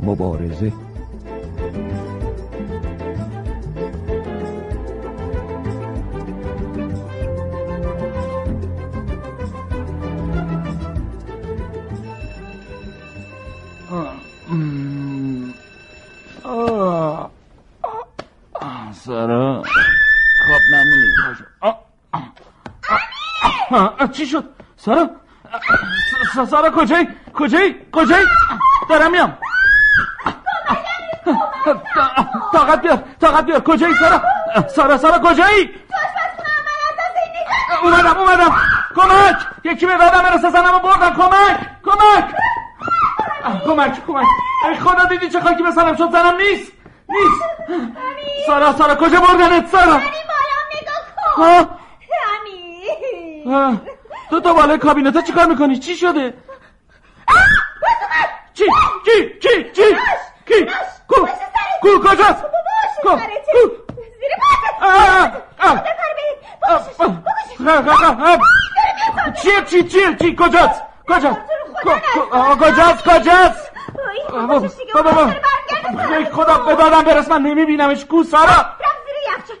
مبارزه سارا خواب نمونی پاشو آه، آه، آه، آه، چی شد سارا آه، س- س- سارا کجایی کجایی کجایی دارم میام آه، طاقت بیار طاقت بیار کجایی سارا آه، سارا سارا کجایی اومدم اومدم کمک یکی به دادم رسه زنم بردم کمک کمک آه، کمک کمک ای خدا دیدی چه خاکی به سرم شد زنم نیست نیست سارا سارا کجا بردنت سارا این بالام نگاه کن آه، رمی آه، تو تو بالای کابینت ها چیکار میکنی چی شده چی چی چی چی کی کو کو کجاست کو کو زیر پاکت آه، آه، آه. بکار بهت آه، بکشش آه. بکشش آه، آه، آه. چیه چی چی چی کجاست کجاست کو- کو- آه، کجاست کجاست این آه، بکشش دیگه بابا، اون بابا. دفتر برگرد ای خدا به دادم برس من نمیبینمش کو سارا رفت زیر یخچال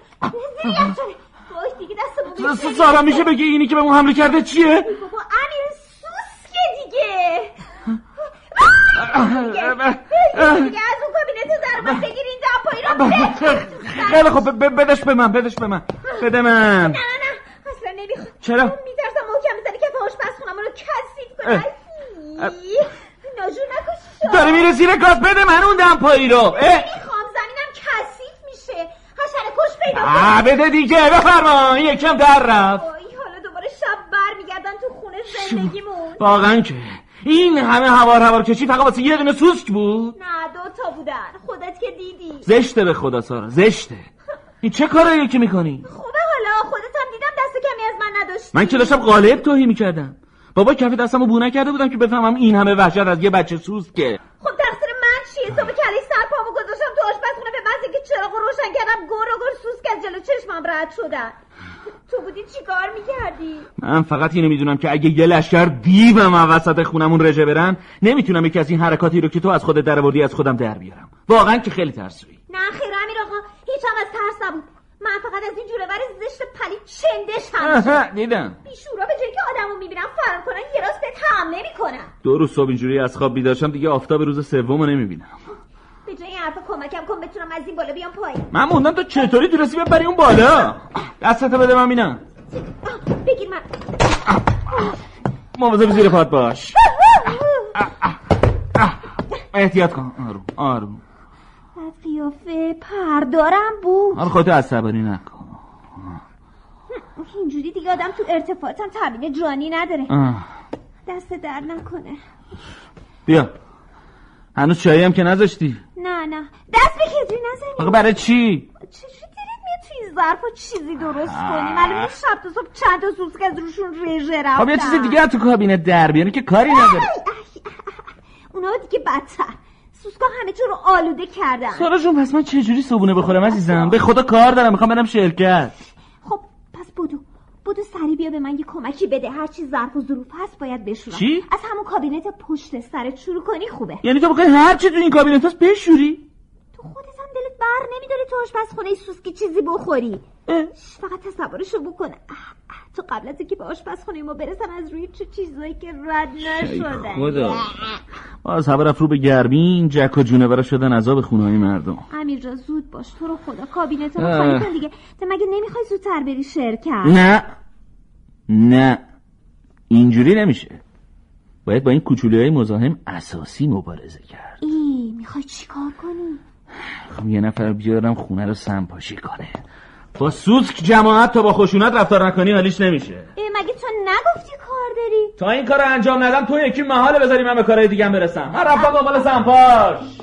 زیر یخچال وای دیگه دستمون س- س- سارا میشه بگی اینی که به اون حمله کرده چیه بابا امیر سوسکه دیگه دیگه اه، اه. دیگه از اون کابینت ضربت بگیر این دمپایی رو بکش. خیلی خب ب- ب- بدش به من بدش به من بده من نه نه نه اصلا نمیخواد چرا؟ میترسم محکم بزنی که پاش خونم رو کثیف اه. کنه ای، ناجور نکشیش داره میره زیر گاز بده من اون دمپایی رو اه. میخوام زمینم کثیف میشه حشره کش پیدا آه، کنه بده دیگه بفرما این یکم در رفت وای حالا دوباره شب برمیگردن تو خونه زندگیمون واقعا که این همه هوار هوار کشی فقط واسه یه دونه سوسک بود نه دو تا بودن خودت که دیدی زشته به خدا سارا زشته این چه کارایی که میکنی خوبه خب حالا خودت هم دیدم دست کمی از من نداشتی من که داشتم قالب توهی میکردم بابا کف دستمو بو نکرده بودم که بفهمم این همه وحشت از یه بچه سوسکه خب تقصیر من چیه صبح کلی سر پامو گذاشتم تو آشپزخونه به محض که چراغ رو روشن کردم گر و گر سوسک از جلو چشمم رد شدن تو بودی چیکار میکردی من فقط اینو میدونم که اگه یه لشکر دیوم از وسط خونمون رژه برن نمیتونم یکی از این حرکاتی رو که تو از خودت درآوردی از خودم در بیارم واقعا که خیلی ترسویی نه خیر امیر آقا هیچم از ترس نبود من فقط از این جورور زشت پلید چندش هم می‌شم. آها، دیدم بیشورا به جایی که آدمو میبینم فرار کنن یه راست بهت حمله میکنم دو روز صبح اینجوری از خواب بیدار شم دیگه آفتاب روز سومو نمیبینم به جای این حرفا کمکم کن بتونم از این بالا بیام پایین من موندم تو چطوری درستی ببری اون بالا دستت بده من ببینم آه، بگیر من مواظب زیر پات باش احتیاط کن آروم آروم از قیافه پردارم بود حالا خودتو عصبانی نکن اینجوری دیگه آدم تو ارتفاعاتم تمرین جانی نداره آه، دست در نکنه بیا هنوز چایی هم که نذاشتی نه نه دست به کتری نزنی آقا برای چی چجوری دلت میاد تو این ظرفا چیزی درست کنی معلومه شب تا صبح چند تا سوسک از روشون رژه رفتن خب یه چیز دیگه از تو کابینت در بیاری که کاری نداره اونا دیگه بدتر سوسکا همه چون رو آلوده کردن سارا جون پس من چه جوری صبونه بخورم عزیزم به خدا کار دارم میخوام برم شرکت خب پس بدو بدو سری بیا به من یه کمکی بده هر چی ظرف و ظروف هست باید بشورم چی؟ از همون کابینت پشت سرت شروع کنی خوبه یعنی تو بخوای هر چی تو این کابینت هست بشوری تو خودت هم دلت بر نمیداره تو آشپزخونه سوسکی چیزی بخوری اه. فقط تصورشو بکن اه، اه، تو قبل از اینکه به آشپزخونه ما برسن از روی چه چیزایی که رد نشدن خدا. باز هوا رفت رو به گرمی این جک و جونوره شدن عذاب خونهای مردم امیر جان زود باش تو رو خدا کابینت رو خالی اه. کن دیگه تو مگه نمیخوای زودتر بری شرکت نه نه اینجوری نمیشه باید با این کوچولی های مزاحم اساسی مبارزه کرد ای میخوای چیکار کنی میخوام یه نفر رو بیارم خونه رو سنپاشی کنه با سوسک جماعت تا با خشونت رفتار نکنی حالیش نمیشه ای، مگه تو نگفتی کار داری تا این کار رو انجام ندم تو یکی محاله بذاری من به کارهای دیگه برسم من رفتم دنبال سنپاش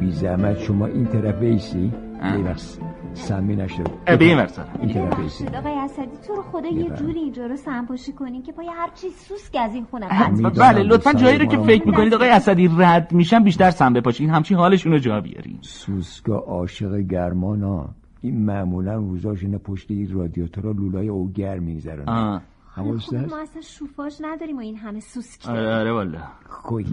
بی زحمت شما این طرف بیسی اه. ببخش سمی نشد به این ورسن این طرف ایسی ببخشید آقای اسدی تو رو خدا یه جوری اینجا رو سنپاشی کنین که پای هر چیز سوسک از این خونه قطع می‌دونم بله لطفا سعی جایی رو ما که رو فکر میکنید آقای اسدی رد میشن بیشتر سم بپاشین همچین حالشون رو جا بیارین سوسکا عاشق گرمان ها این معمولا روزاش اینا پشت یک رادیاتورا لولای او گرم میگذرن آه. حواست خب هست ما اصلا شوفاش نداریم و این همه سوسکی آره آره والا کوهی خب،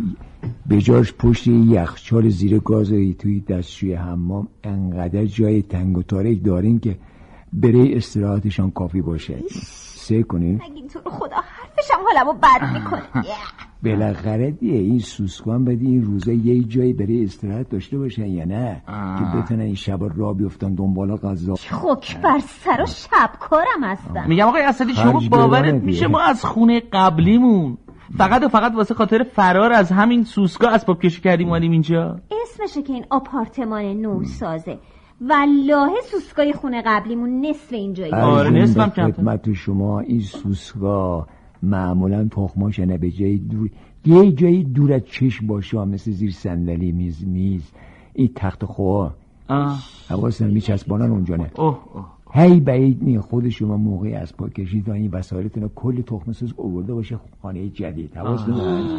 به جاش پشت یه یخچال زیر گاز توی دستشوی حمام انقدر جای تنگ و تاریک دارین که برای استراحتشان کافی باشه سه کنین اگه تو رو خدا حرفشم حالمو بد میکنه بالاخره دیگه این سوسکان بدی این روزا یه جایی برای استراحت داشته باشن یا نه که بتونن این شبا را بیفتن دنبال غذا خوک بر سر و شب کارم هستم میگم آقای اسدی شما خرج باورت بدنه دیگه. میشه ما از خونه قبلیمون فقط و فقط واسه خاطر فرار از همین سوسکا اسباب کشی کردیم اومدیم اینجا اسمشه که این آپارتمان نو سازه والله سوسکای خونه قبلیمون نصف اینجایی آه. آره، عرض نصفم به کمتر. خدمت شما این سوسکا معمولا تخماشنه به جای دور یه جایی دور از چشم باشه مثل زیر صندلی میز میز این تخت خواه آه. حواسم میچسبانن اونجا نه اوه اوه هی بعید نی خود شما موقعی از پا کشید و این وسایلتون رو کل تخم سوز اوورده باشه خانه جدید حواستون هست؟